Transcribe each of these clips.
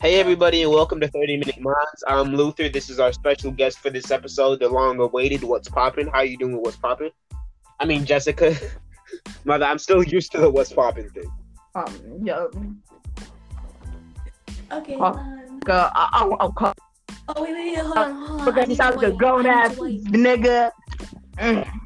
Hey, everybody, and welcome to 30 Minute Minds. I'm Luther. This is our special guest for this episode, the long-awaited What's Poppin'. How you doing with What's Poppin'? I mean, Jessica. Mother, I'm still used to the What's Poppin' thing. Um, yeah. Okay. Huh? Um, Go, I, I'll, I'll call. oh wait, wait, wait, hold on, hold on. But I that need sounds to like a wait. grown I need ass to wait. nigga. Mm.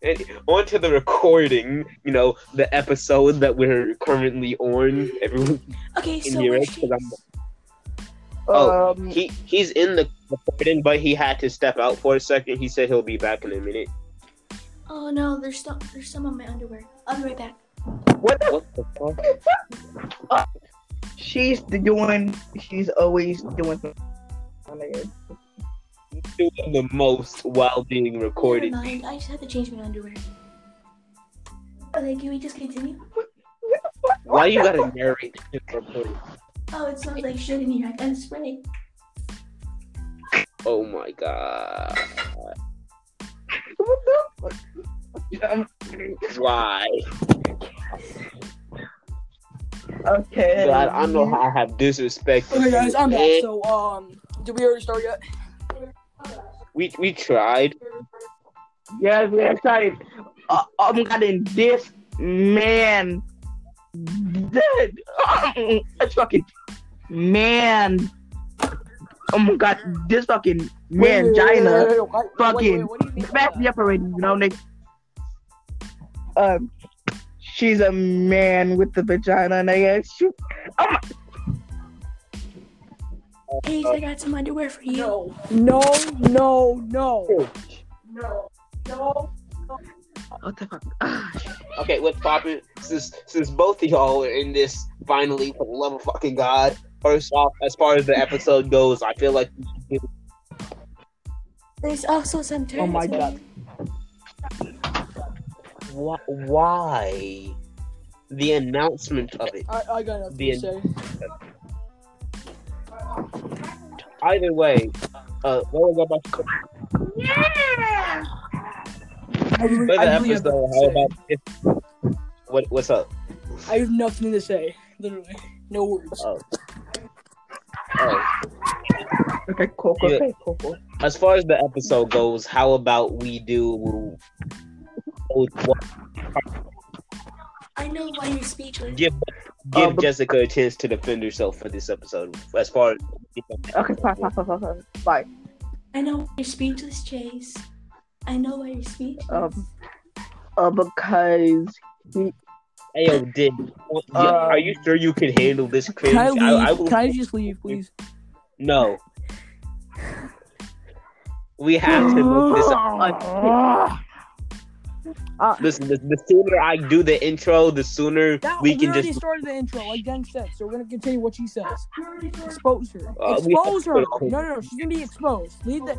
And on to the recording, you know, the episode that we're currently on. Everyone Okay, in so here, where right? 'Cause she, I'm- Oh, Um, he, he's in the recording, but he had to step out for a second. He said he'll be back in a minute. Oh no, there's some there's some on my underwear. I'll be right back. what the? What the fuck? She's doing. She's always doing. something. Oh, nigga. He's doing the most while being recorded. Never mind. I just had to change my underwear. Okay, can we just continue? Why you gotta narrate this recording? Oh, it smells like shit in here. I gotta spray. Oh my god. What the? fuck? Um, Why? Okay. God, I know how I have disrespected. Okay, guys, I'm Eh, back. So, um, did we already start yet? we we tried. Yeah, we excited. Uh, oh my god, and this man dead. It's fucking man. Oh my god, this fucking man, Gina. fucking Back me up already, you know, nigga. Um, she's a man with the vagina, nigga. She, Ace, I got some underwear for you. No, no, no, no, no, no. what the fuck? Ah, Okay, what's poppin'? Since since both of y'all are in this, finally, for the love of fucking god. First off, as far as the episode goes, I feel like There's also some turtles. my God. man. wh- why the announcement of it. I, I got nothing The- to say. Either way, uh, what was I about to say? I, For really, the I, really have episode, how nothing to about this? What what's up? say. I have nothing to say. Literally, no words. Oh. Oh. okay, cool, cool, Yeah. okay, cool, cool. as far as the episode goes, how about we do I know why you're speechless. give give Um, Jessica a chance to defend herself for this episode? As far as Okay, fine, fine, fine, fine, fine. Bye. I know why you're speechless, Chase. I know why you're speechless. Um, Uh, because hey, yo, Dick, are you sure you can handle this cringe? Um, Can I leave? will- Can I just leave, please? no. We have to make this. Listen, the, the sooner I do the intro, the sooner That, we we can already just. started the intro, like Jen said. So we're gonna continue what she says. Expose her. Uh, we- expose her. No, no, no. She's gonna be exposed. Leave the,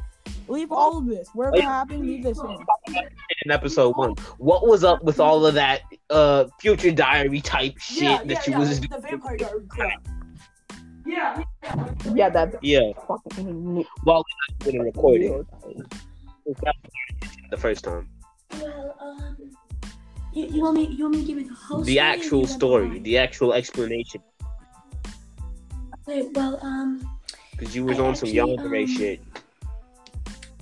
leave all of this. Whatever Oh, yeah. happened, leave this in. in episode one. What was up with all of that uh future diary type shit that you was doing? vampire diary crap. yeah, that Yeah, fucking while we're not doing a recording. The first time. Well, um, you, you want me? You want me to give you the whole The story or you actual want story, mine? the actual explanation. Okay, well, um, Because you was I on some actually, yandere um, shit.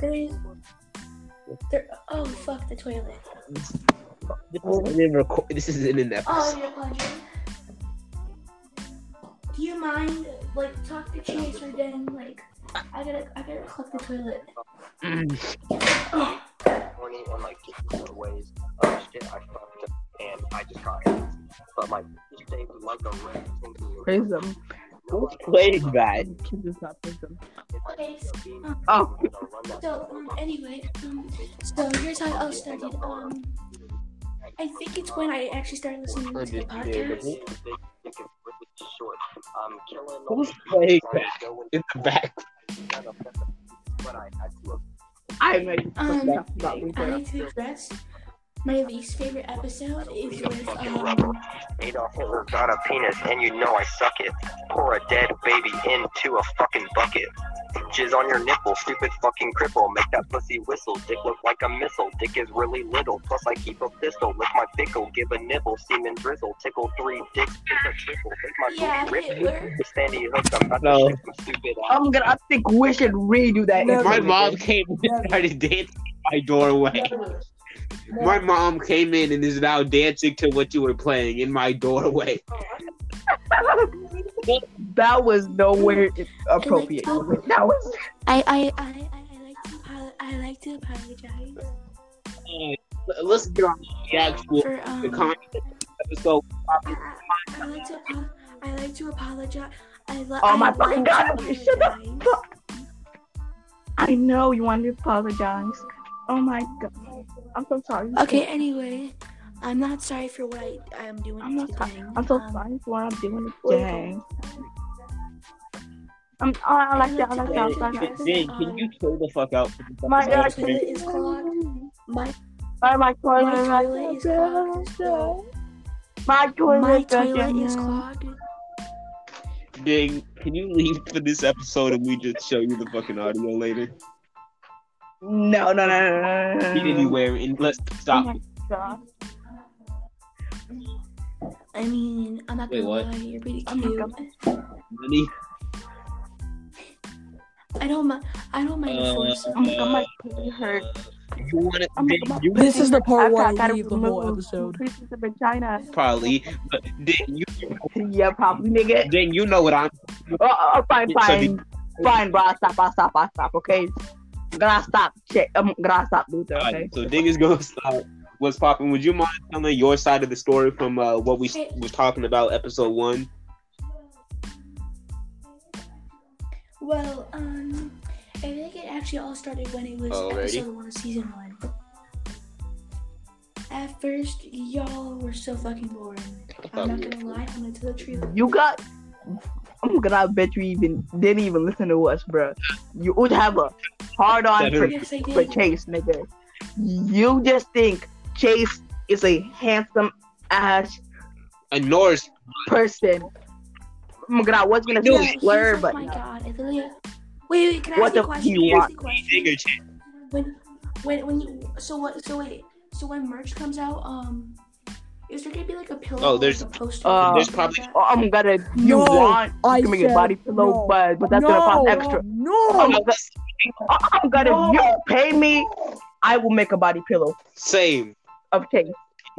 there is. There. Oh fuck the toilet. This isn't, in reco- this isn't in that. Oh, your pleasure. Do you mind, like, talk to Chase or Dan? Like, I gotta, I gotta clog the toilet. Mm. Oh, morning and like just the ways of shit I fucked up and I just got it. But like you saved like a red prism. Who played that? Kids is not prism. okay. so, um, Oh, So, um, anyway, um, so here's how it all started. Um, I think it's when I actually started listening to the podcast. Who's playing that in the back? I know. Um, About me, I bro. Um, need to be dressed. my least favorite episode is He's a with fucking um, rebel. Adolf Hitler got a penis, and you know I suck it. Pour a dead baby into a fucking bucket. Jizz on your nipple, stupid fucking cripple. Make that pussy whistle. Dick look like a missile. Dick is really little. Plus I keep a pistol. Lick my pickle, give a nibble, semen drizzle. Tickle three dicks, pick a triple. Make my yeah booty rip. Hitler. It's Sandy Hook. I'm about No. to shake some stupid ass. I'm gonna. I think we should redo that. No. My interview. mom came in and started dancing in my doorway. My mom came in and is now dancing to what you were playing in my doorway. that was nowhere appropriate. I like That was. I I I I I like to apo- I like to apologize L- Let's get on the actual for um. the content episode. I, I, I like to apo- I like to apologize. I lo- Oh my I fucking like God, to shut the apologize. I know you wanted to apologize. Oh my god. I'm so sorry. Okay. Anyway, I'm not sorry for what I I am doing I'm not today. I'm so Um, sorry for what I'm doing today. I'm, oh, I like that. I like that. I like that. Jane, can you chill the fuck out? for this My episode, God, um, please? can My toilet is clogged. My I like My toilet. I toilet like is clogged. My toilet. My doesn't toilet is know. clogged. Jane, can you leave for this episode and we just show you the fucking audio later? No, no, no, no, no, no, no. Get anywhere and let's Oh stop. my god. I mean, I'm not Wait, gonna what? lie, you're pretty Oh my cute. Money. I don't mind. I don't mind the force. Oh my god, my pee hurt. You want Oh my to god, my you This is the part I've where I got- gotta leave the whole remove episode. pieces of vagina. probably, but Jane, you, yeah, probably, nigga. Jane, you know what I'm. Oh, oh, oh, fine, So fine, fine, bro. I stop, I stop, I stop. Okay, gonna stop. Shit, I'm gonna stop, Luther. All Okay. right, so Ding is gonna start what's popping. Would you mind telling your side of the story from uh, what we Hey. was talking about episode one? Well, um, I think it actually all started when it was Already? episode one, of season one. At first, y'all were so fucking boring. I'm not gonna lie, I'm gonna tell the truth. You got. I'm gonna bet you even didn't even listen to us, bro. You would have a hard on for, Seven. Yes, I for did. Chase, nigga. You just think Chase is a handsome ass A Norse person. I'm gonna. I was gonna Yeah, say he's slur, like, but my god, I literally. Wait, wait, can I What ask the- you a question? you Can I ask want- you a question? digger chick. when when when you so what so wait so when merch comes out um is there gonna be like a pillow Oh, or, there's- like, a poster uh, There's probably- oh, I'm gonna. You No, want? I You can make a said body pillow, no. but but that's no, gonna cost extra. Oh No. I'm gonna- I'm gonna you pay me. I will make a body pillow Same. of cake.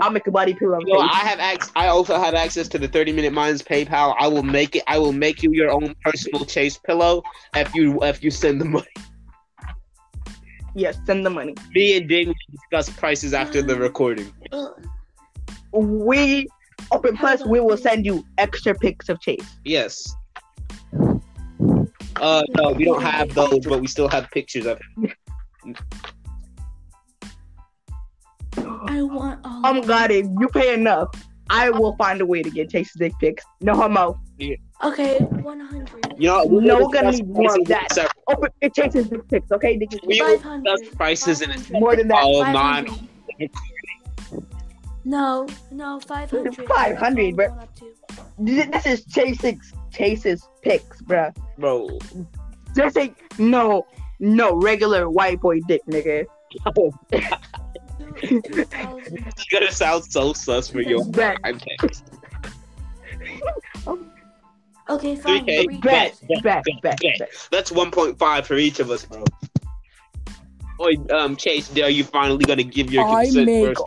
I'll make a body pillow of You know, cake. I have ac- I also have access to the 30 Minute Minds PayPal. I will make it. I will make you your own personal chase pillow if you if you send the money. Yes, send the money. Me and Ding will discuss prices after the recording. Ugh, We open plus we will send you extra pics of Chase. Yes. Uh, no, we don't have those, but we still have pictures of him. i want all Oh my of god, if you pay enough, I will find a way to get Chase's dick pics. No homo. it. okay 100 You know, we No, will we're gonna discuss need more of prices that. separate. Open it Chase's dick pics, okay? nigga? We will discuss 500 prices in a 500, More than that. Oh, 500. nine. no no 500 500, That's bro. all I'm going up to. This is Chase's Chase's pics, bruh. Bro, This ain't no no regular white boy dick, nigga. Oh, Two- 2000. It's gonna sound so sus for your Bet, I'm okay fine 3K. three bet, thousand. bet, bet, bet. That's 1.5 for each of us, bro. Oi, um, Chase, are you finally gonna give your I consent make- first?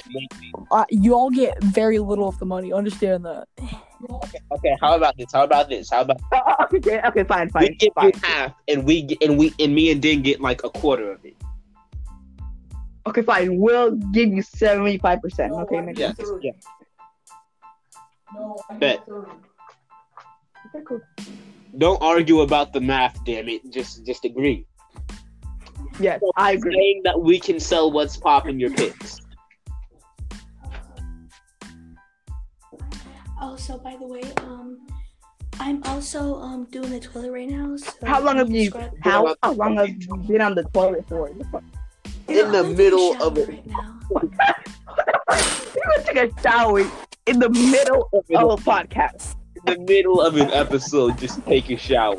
Uh, you all get very little of the money. Understand that. Okay, how about this? How about this? How about Oh, oh, okay, okay, fine, fine, we give fine. you half, and we get, and we and me and Din get like a quarter of it. Okay, fine. We'll give you seventy-five percent. Okay, nigga. Yeah, yeah. Bet. Okay, cool. Don't argue about the math, damn it. Just just agree. Yes, I agree. Saying that we can sell what's popping your picks. also by the way um i'm also um doing the toilet right now so How long have you? subscribe- How, how long have you been on the toilet for? In the I'm middle shower of it. right now. You gonna take a shower in the middle of a podcast. In the middle of an episode, just take a shower.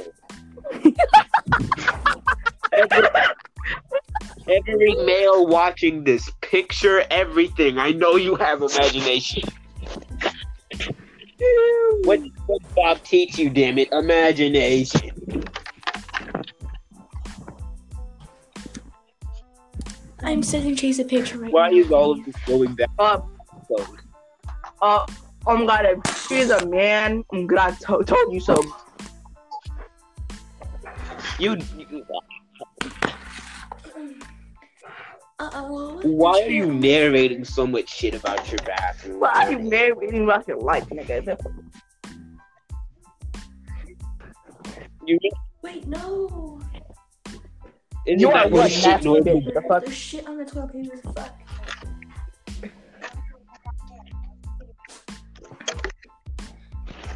every, every male watching this, picture everything. I know you have imagination. What what did Bob teach you? Damn it, imagination. I'm sending Chase a picture right Why now. is all of this going down? Uh, So, uh, oh my god, if she's a man, I'm glad I to- told you so. you, you- Uh oh. why are you narrating so much shit about your bathroom? Why are you married in your life, nigga? You- Wait, no. isn't You are that one what shit nasty normal? bitch. The fuck? There's shit on the toilet paper. Fuck.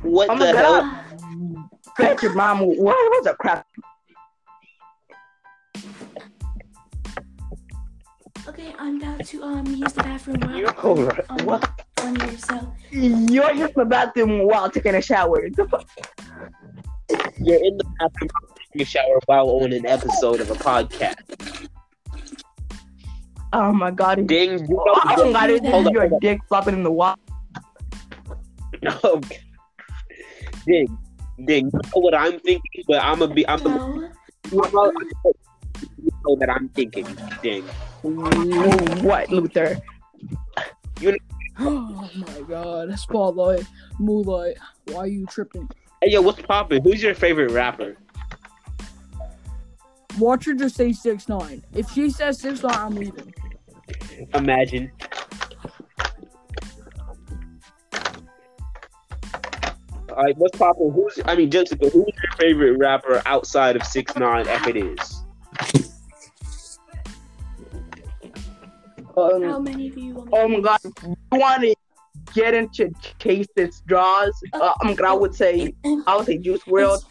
What Oh my the God. hell? Bet your mom will- what was a crap. Okay, I'm about to um use the bathroom. While, You're over. um, What? On here, so You're just in the bathroom while taking a shower. The fuck? You're in the bathroom taking a shower while on an episode of a podcast. Oh my god. Ding. You Oh know, my god, Hold it's on, your hold on. dick flopping in the water. No. Ding, ding. You know what I'm thinking, but I'm gonna be. I'm gonna. no. You know that I'm thinking. Ding. What, Luther? Oh my god, that's Paul Lloyd. Moonlight, why are you tripping? Hey yo, what's poppin'? Who's your favorite rapper? Watch her just say six nine. If she says six nine, I'm leaving. Imagine. All right, what's poppin'? Who's? I mean, Jessica. Who's your favorite rapper outside of Six Nine? If it is. Um, How many of you want me Oh my god. You want to get into Chase's draws? Uh, I'm gonna, I would say, I would say Juice World.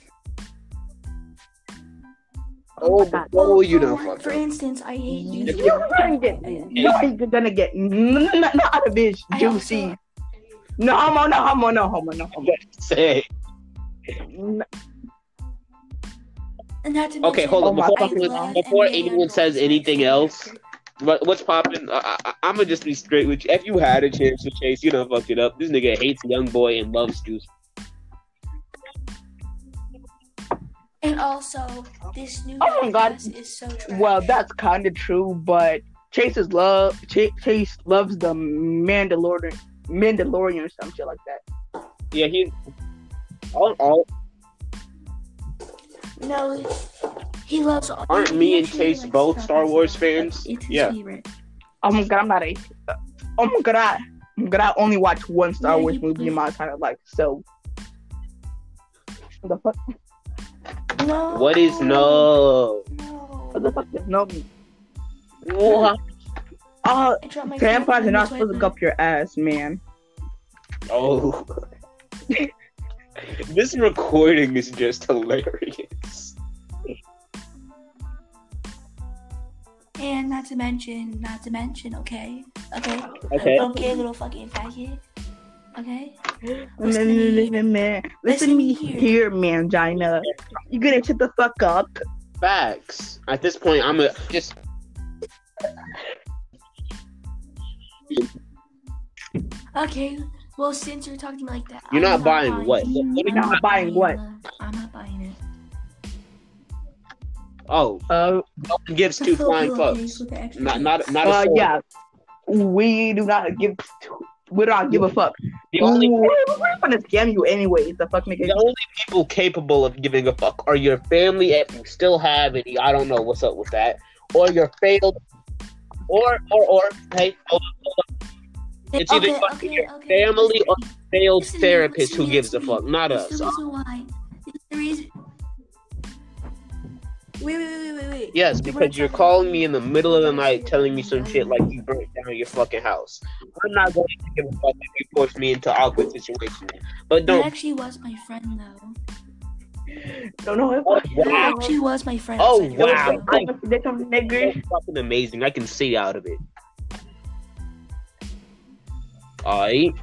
Oh, God. oh, you know, for, fuck. for instance, I hate you. You're gonna get, you ain't gonna get n- n- n- not a bitch I also- juicy. No homo, no homo, no homo, no homo. Say. N- And not to Okay, mention- hold on. Oh my Before, fucking anyone, God. before anyone says anything else, what, what's popping? I, I, I'm gonna just be straight with you. If you had a chance to chase, you done fucked it up. This nigga hates Young Boy and loves Juice. And also, this new Oh my God. podcast is so trash. Well, that's kind of true, but Chase's love, Ch- Chase loves the Mandalorian, Mandalorian or some shit like that. Yeah, he's all. all no, he loves. all- Aren't he me and actually Chase likes both Star Star Wars a lot. fans? It's his Yeah. favorite. Oh my god, I'm not a. Oh my god, I, oh my god, I only watched one Star Yeah, Wars you- movie in my entire life, so. The fuck, No. what is no? No. what the fuck, no. What? Uh, I dropped my tampons phone are in not the supposed to toilet. go up your ass, man. Oh. this recording is just hilarious. And not to mention, not to mention, okay, okay. Okay. Don't get a little fucking faggot, okay? Listen to me. Man, listen to me here, mangina. You gonna shut the fuck up? Facts. At this point, I'm a just. Okay. Well, since you're talking like that, You're I'm not buying what? it. Let- let me- I'm Not buying what? it. I'm not buying it. Oh, Uh, no one gives two The full flying pillowcase fucks. with the extra Not, feet. not, not a uh, soul. yeah. We do not give. We do not give a fuck. The only we're, we're gonna scam you anyway. The fuck, nigga. the only people capable of giving a fuck are your family if you still have any. I don't know what's up with that, or your failed, or or or hey, hold on, hold on. It's either Okay, fucking okay, your okay. family or failed Listen to me, therapist listen to who me, gives a listen to me. fuck, not It's us. the reason why. It's the reason. Wait, wait, wait, wait, wait. Yes, You wanna because you're talk calling about- me in the middle of the night telling me some shit like you burnt down your fucking house. I'm not going to give a fuck if you force me into awkward situations. But That don't. actually was my friend though. Don't know Oh, That wow. actually was my friend. Oh, so it was wow. like- nigga. That's fucking amazing. I can see out of it. Alright.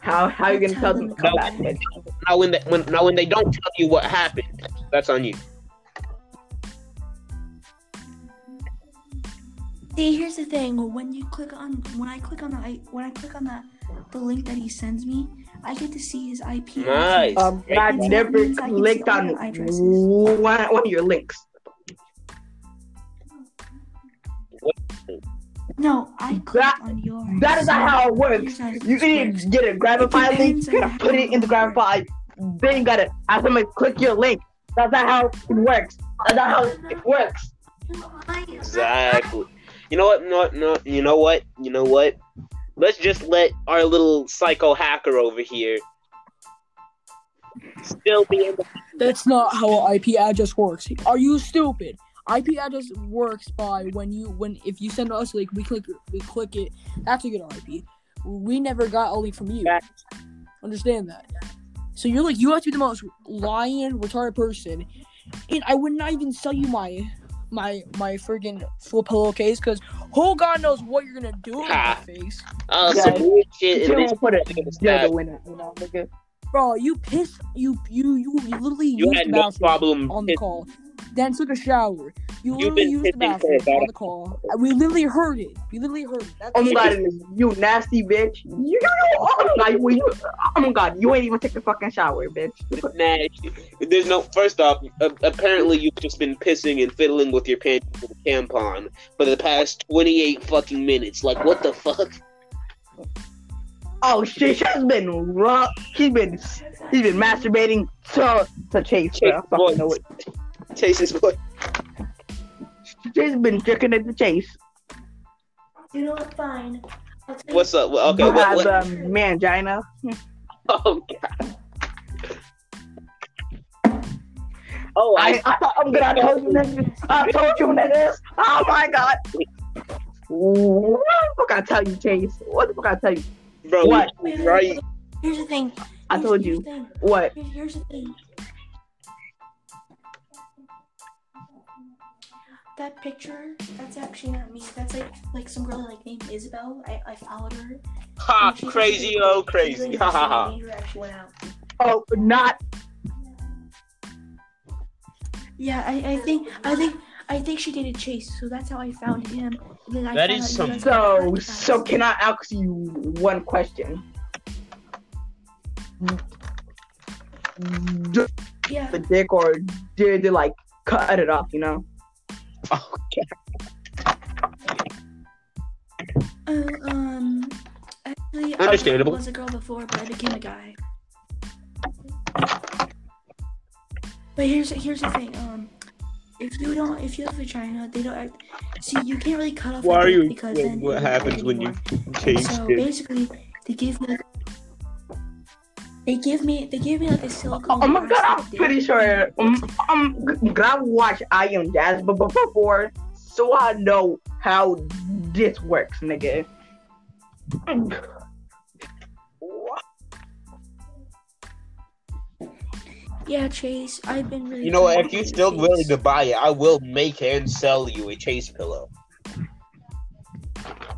How how you gonna tell them to come No. back? Mitch? Now when they when now when they don't tell you what happened, that's on you. See, here's the thing. When you click on, when I click on the, I- when I click on the, the link that he sends me, I Uh, get to see his IP. Nice. Um, I Mitch. never Mitch, I can clicked see all on your addresses. one, one of your links. No, I clicked That- on yours. That is not how it works. Here's how it You works. didn't get a Grammarly link. You gotta put it in the Grammarly. Then you gotta have somebody click your link. That's not how it works. That's not how it works. Exactly. You know what? No, no. You know what? You know what? Let's just let our little psycho hacker over here still be in the That's not how an IP address works. Are you stupid? IP address works by when you when if you send us a link, we click we click it. That's a good IP. We never got a link from you. Right. Understand that. So you're like you have to be the most lying retarded person, and I would not even sell you my my my friggin' flip pillowcase because who god knows what you're gonna do with my Ha. face, uh, Yeah. some weird shit. You And this won't put it. nigga was You're stabbed. the winner. You know, nigga. bro. You piss you you you, you literally You used had the no bathroom. problem. on the piss- call, then took a shower. You You've literally been used the pissing for bathroom about on the call. And We literally heard it. We literally heard it. That's Oh my god, and you nasty bitch. You, you, you- oh my god, you, oh my god, you ain't even take a fucking shower, bitch. Nasty. There's no. First off, a- apparently you've just been pissing and fiddling with your pants with a tampon for the past 28 fucking minutes. Like, what the fuck? Oh shit, she's been rough. She's been she's been masturbating to to Chase, bro. I fucking know it. Chase is what? She's been jerking at the Chase. You know what? Fine. I'll tell you- What's up? Well, Okay. you What, have what? um, mangina. Oh god. Oh, I, I I I'm gonna tell you niggas. I told you niggas. Oh my god. What the fuck I tell you, Chase? What the fuck I tell you? bro, What? you're right? Here's the thing. I Here's- told here's you. the thing. What? Here- Here's the thing. That picture, that's actually not me. That's like like some girl like named Isabel. I, I followed her. Ha, And she- crazy, oh, she crazy. literally Ha ha made ha. her actually went out. Oh, not Yeah, I, I think I think I think she dated Chase, so that's how I found him. And then I That found is out you guys were so. friends. So can I ask you one question? Did yeah, the dick or did they like cut it off? You know? uh, um, actually, Understandable. I was a girl before, but I became a guy. But here's here's the thing. Um, if you don't, if you have a vagina, they don't. Act, see, you can't really cut off. Why your are dick you- what- Because then what you don't happens like when you anymore. So basically, they gave me. They give me. They gave me like a silicone. Oh my god, I'm plastic dick. pretty sure. Um, I'm glad I watched I Am Jazz b- b- before, so I know how this works, nigga. Yeah, Chase, I've been really. You know what? trying If to you get still Chase. willing to buy it, I will make and sell you a chase pillow.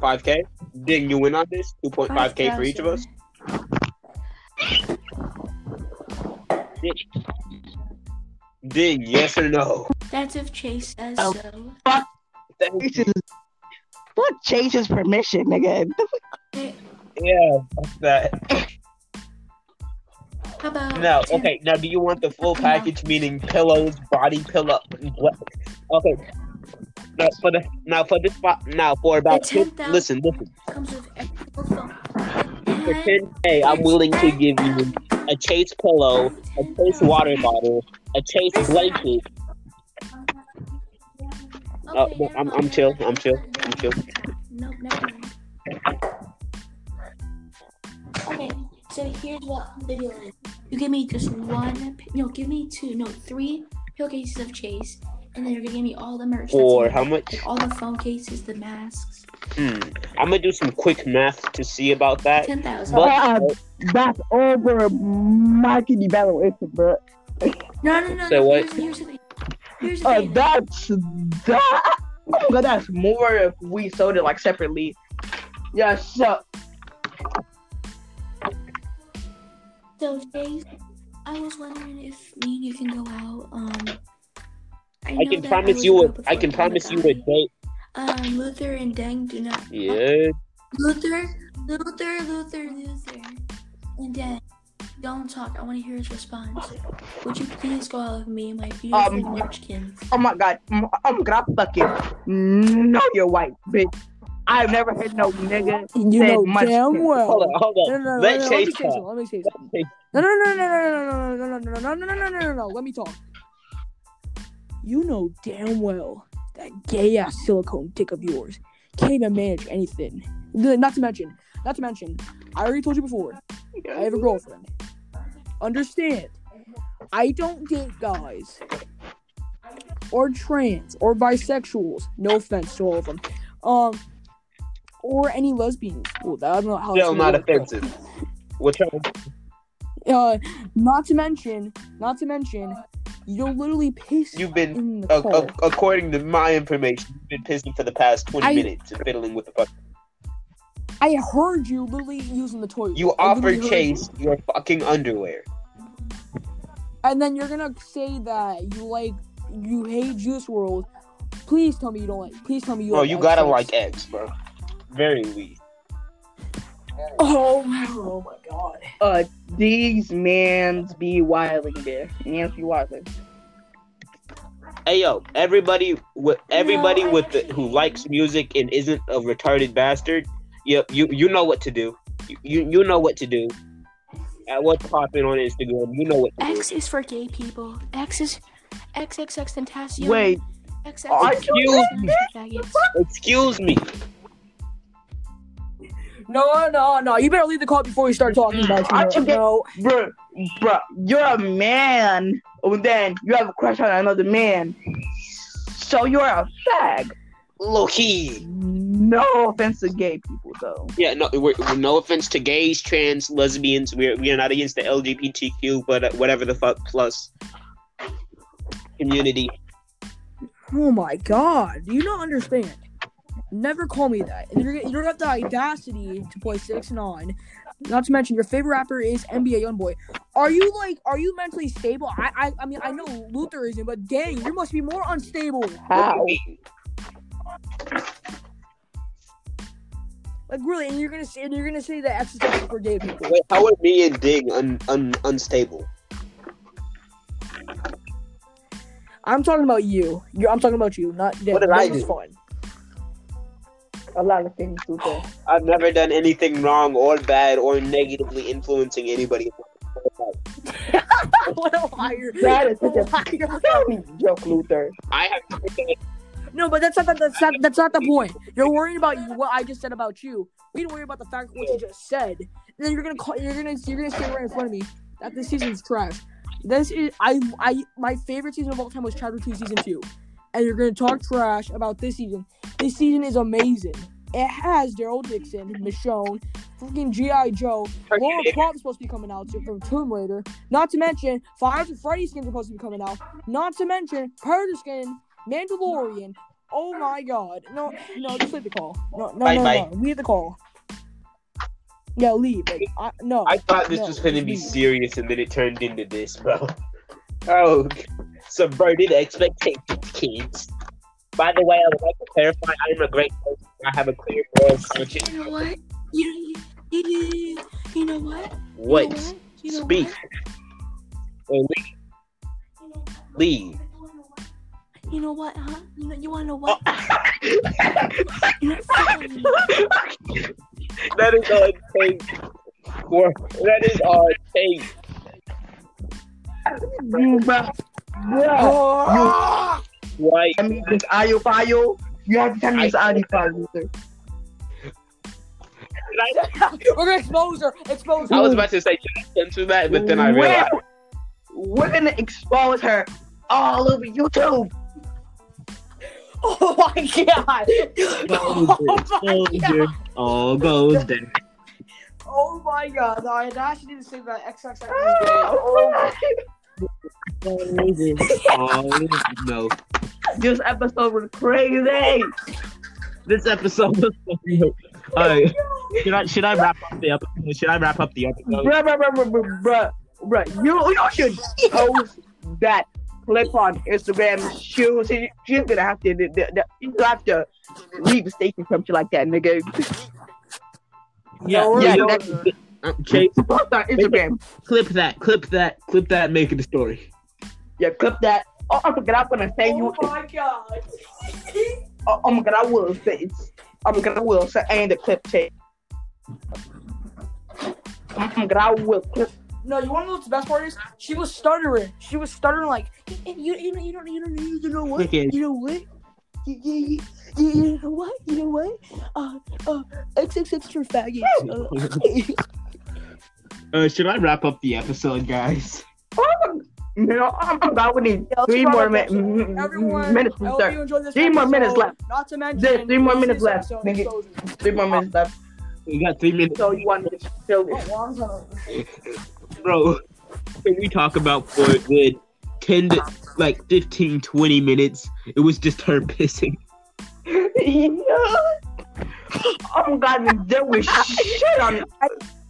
5k? Didn't you win on this? 2.5k for each of us? 5,000. Ding, yes or no? That's if Chase says Oh. so. Thank you. What changes permission, nigga? Yeah, fuck that. How about No, ten? okay. Now, do you want the full package, meaning pillows, body pillow? What? Okay. Now for the now for this spot now for about The ten, 10,000 listen listen Comes with extra phone. for ten k I'm willing to give you a chase pillow, a chase water bottle, a chase blanket. Uh, Okay, I'm- never I'm chill, mind. I'm chill, I'm chill. Nope, never mind. Okay, so here's what the deal is. You give me just one, pi- no, give me two, no, three pillowcases of Chase, and then you're gonna give me all the merch. that's For in how it. much? Like all the phone cases, the masks. Hmm. I'm gonna do some quick math to see about that. 10,000. But Uh, that's over marketing battle, is it, bro? No, no, no. Say no, what? Oh, Here's, here's the thing. Here's the Uh, thing. that's that. Oh my god, that's more if we sold it like separately. Yeah, so So, Chase, I was wondering if me and you can go out. Um, I know can that promise was you a. broke I before can Corona promise you got a me. date. Um, Luther and Deng do not. Yeah. Luther, Luther, Luther, Luther, and Deng, don't talk. I want to hear his response. Would you please go out with me and my beautiful Um, munchkins? Oh my god. Mm, Oh my god, I fucking know you're white, bitch. I've never heard no nigga. You Said know much damn care. well. Hold on. Hold No, on. no, no, Let no, no, Chase let me say talk. something. Let me say something. No, no, no, no, no, no, no, no, no, no, no, no, no, no, no, no. Let me talk. You know damn well that gay ass silicone dick of yours can't even manage anything. Not to mention, not to mention, I already told you before. I have a girlfriend. Understand? I don't date guys or trans or bisexuals. No offense to all of them. Um, or any lesbians. Well, I don't know how. that's Still not gonna work, but- offensive. What's wrong? uh, not to mention, not to mention, you'll literally piss You've been in the a- car. a- according to my information, you've been pissing for the past 20 I- minutes and fiddling with the fuck. I heard you literally using the toilet. oh. You I literally offered heard Chase you. your fucking underwear. and then you're gonna say that you like, you hate Juice World. Please tell me you don't like. Please tell me you. Bro, like Oh, you Ice gotta Chase. like eggs, bro. Very weak. Oh my, oh my god. Uh, these mans be wilding, bitch. Mans be wilding. Hey yo, everybody with everybody No, I with the, actually- who likes music and isn't a retarded bastard, you you you know what to do. You you, you know what to do. At what's popping on Instagram, you know what to do. X is for gay people. X is XXX Tentacion. Wait, XXX are you faggots. Excuse me. No, no, no. You better leave the call before we start talking about I you. should get- No, bruh, bruh, you're a man, and then you have a crush on another man, so you're a fag. Low key. No offense to gay people, though. Yeah, no, we're, we're- no offense to gays, trans, lesbians. We're we are not against the LGBTQ, but uh, whatever the fuck plus community. Oh my god, do you not understand? Never call me that. And you're, you don't have the audacity to play six nine. Not to mention your favorite rapper is NBA YoungBoy. Are you like, are you mentally stable? I, I, I mean, I know Luther isn't, but dang, you must be more unstable. What do How? you mean? Like really, and you're gonna say, and you're gonna say that exercise is for gay people. Wait, how are me and Ding un, un, unstable? I'm talking about you. you I'm talking about you, not Dan. What did That I was do? Fun. A lot of things do that. I've never done anything wrong or bad or negatively influencing anybody. what a liar. That is such a Liar. fucking joke, Luther. I have No, but that's not the, that's not that's not the point. You're worrying about what I just said about you. We don't worry about the fact what you just said. And then you're gonna call, you're gonna you're gonna stand right in front of me that this season's trash. This is I I my favorite season of all time was Chapter Two season two, and you're gonna talk trash about this season. This season is amazing. It has Daryl Dixon, Michonne, freaking GI Joe. Laura Croft's supposed to be coming out soon from Tomb Raider. Not to mention Five and Freddy skins are supposed to be coming out. Not to mention Predator skin, Mandalorian, Oh my god. No, no, just leave the call. No, no, Bye, no, bye. no. Leave the call. Yeah, leave. Like, I, no. I thought this No, was gonna be it's me. serious, and then it turned into this, bro. Oh, subverted expectations, kids. By the way, I would like to clarify: I am a great person. I have a clear moral conscience. You know what? You, you, you, you know what? You know Wait, what? You know speak what? or leave. Oh. You know what, huh? You know, you wanna know what? You're not following me. That is on tape. Or- That is on tape. You, bruh. bruh. Ah! Oh, Like, I mean, this Ayo Payo. You have to tell me this Ayo Payo, Luther. we're gonna expose her. Expose her. I was about to say should I censor that, but then I realized. We're, we're gonna expose her all over YouTube. oh my god. Oh my god. all goes down. Oh my god. The audacity to say that XXX. Ah, oh All no. this episode was crazy. This episode was Alright. Should I should I wrap up the episode? Should I wrap up the episode? bruh, bruh, bruh, bruh, bruh, bruh, bruh. You, you should post that clip on Instagram. She, she, she's gonna have to, the, the, the, you have to leave the station or something like that, nigga. Yeah, Or yeah. you that's- know, uh, Chase, post on Instagram. clip that, clip that, clip that. Make it a story. Yeah, clip that. Oh, oh my god, I'm gonna send you. Oh my god. Oh, oh my god, I will. Say, oh my god, I will. Say, and the clip check. Oh my god, I will clip. No, you want to know what the best part is? She was stuttering. She was stuttering like, you, you, you, you don't, you don't, you don't know what, Okay. you know what, you, you, you, you, you know what, you know what, uh, uh, XXX for faggots. Uh, Uh, should I wrap up the episode, guys? Oh my, no, oh my god, we need three more mi- m- Everyone, m- minutes. I to hope start. you enjoyed this Three more episode. minutes left. Not to mention, There's three more this minutes left, episode nigga. goes- Three more minutes left. We got three minutes, So you want to show this? Oh, long time. bro. Can we talk about for a good ten to like 15, 20 minutes? It was just her pissing. oh my god, there was shit on.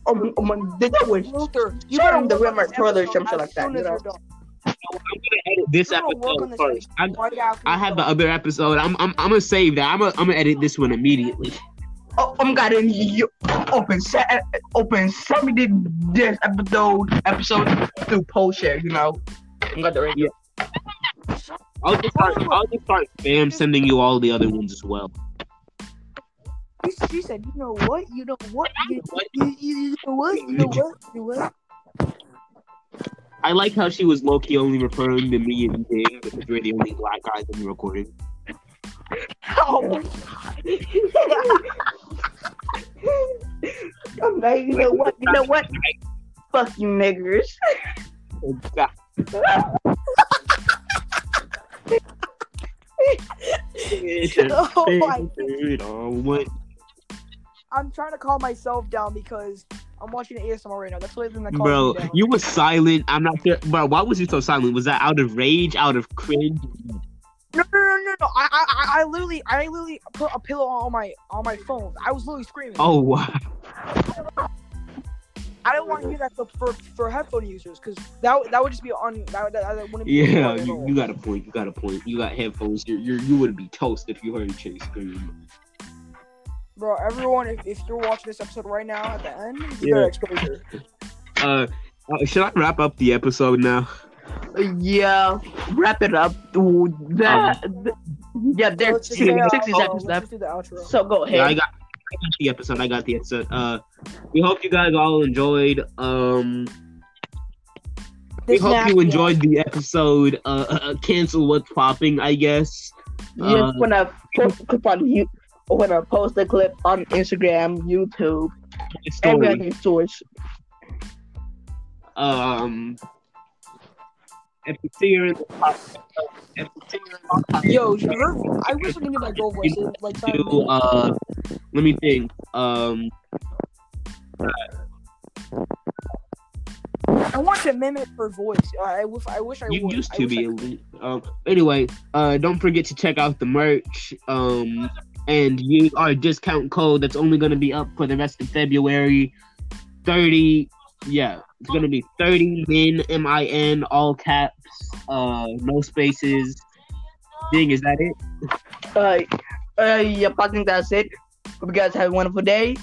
Oh, oh my, there was Luther, Show better them the work on rumor this further, episode something as like that, soon you as know? we're done. I'm gonna edit this I'm gonna work on episode this first. I'm, Right after I we're have the done. other episode. I'm, I'm, I'm gonna save that. I'm gonna, I'm gonna edit this one immediately. Oh, oh my god, and you open se- open somebody this episode episode through poll share, you know. I'm got the radio. I'll just start, I'll just start spam sending you all the other ones as well. She- She said, "You know what? You know what? You, you, you, you know what? You know what? You know what?" I like how she was low key only referring to me and Ding because we're the only black guys in the recording. Oh. I'm like, you know what? You know what? Fuck you niggers. Exactly. Oh my! I'm trying to calm myself down because I'm watching ASMR right now. That's what I'm gonna calm Bro, me down. you were silent. I'm not sure. Bro, why was you so silent? Was that out of rage, out of cringe? No, no, no, no, no! I, I, I- I literally, I literally put a pillow on my, on my phone. I was literally screaming. Oh, wow. I don't want to hear that for, for, for headphone users because that, would- that would just be on. That, that, that wouldn't be. Yeah, on at you, all. you got a point. You got a point. You got headphones. You're, you're, you would be toast if you heard Chase scream. Bro, everyone, if, if you're watching this episode right now at the end, you Yeah. better exposure. Uh, uh, should I wrap up the episode now? Yeah, wrap it up. Ooh, that, Um, th- yeah, there's Let's just say, uh, 60 uh, seconds let's left. just do the outro. So go ahead. Yeah, I got, I got the episode. I got the episode. Uh, we hope you guys all enjoyed. Um, we This hope nasty you enjoyed the episode. Uh, uh, uh, cancel what's popping. I guess. you Uh, just wanna put clip on you. Wanna post the clip on Instagram, YouTube, every story. other source. Um, if you see her in the podcast, if you see her in the podcast, Yo, you heard- I wish I could do my girl voice. It, Like, to uh let me think um I want to mimic her voice. I, I, wish- I wish I you would. used I to wish I be could. able to- um anyway uh don't forget to check out the merch um and use our discount code that's only going to be up for the rest of february 30 yeah it's going to be 30 min min all caps uh no spaces thing is that it Uh, uh, yeah, I think that's it. Hope you guys have a wonderful day.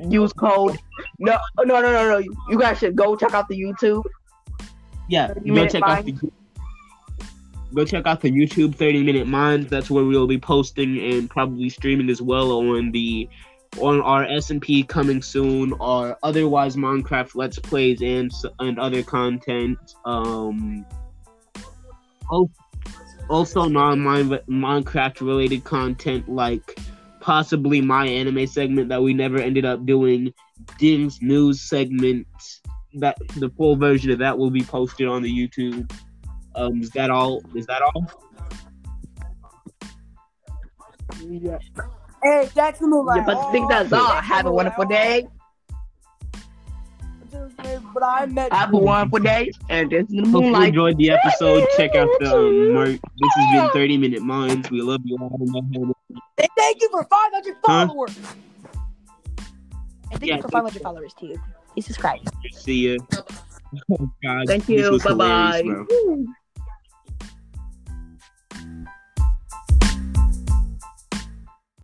Use code. No, no, no, no, no. You guys should go check out the YouTube. yeah 30 go minute check out the go check out the youtube 30 minute minds that's where we'll be posting and probably streaming as well on the on our s&p coming soon our otherwise minecraft let's plays and s- and other content um al- also non minecraft related content like possibly my anime segment that we never ended up doing ding's news segment that the full version of that will be posted on the YouTube. Um, is that all? Is that all? Yeah, Hey, that's the move. but I think that's all. uh, Have a wonderful day. But I met. Have a wonderful day. And this is the Hope you moonlight. enjoyed the episode. Check out the um, merch. This has been 30 Minute Minds. We love you all. Hey, Thank you for 500 Huh? followers. And thank Yeah, you for thank 500 followers too. Jesus Christ. See ya. Oh, God, Thank this you. was Bye hilarious, bye. bro.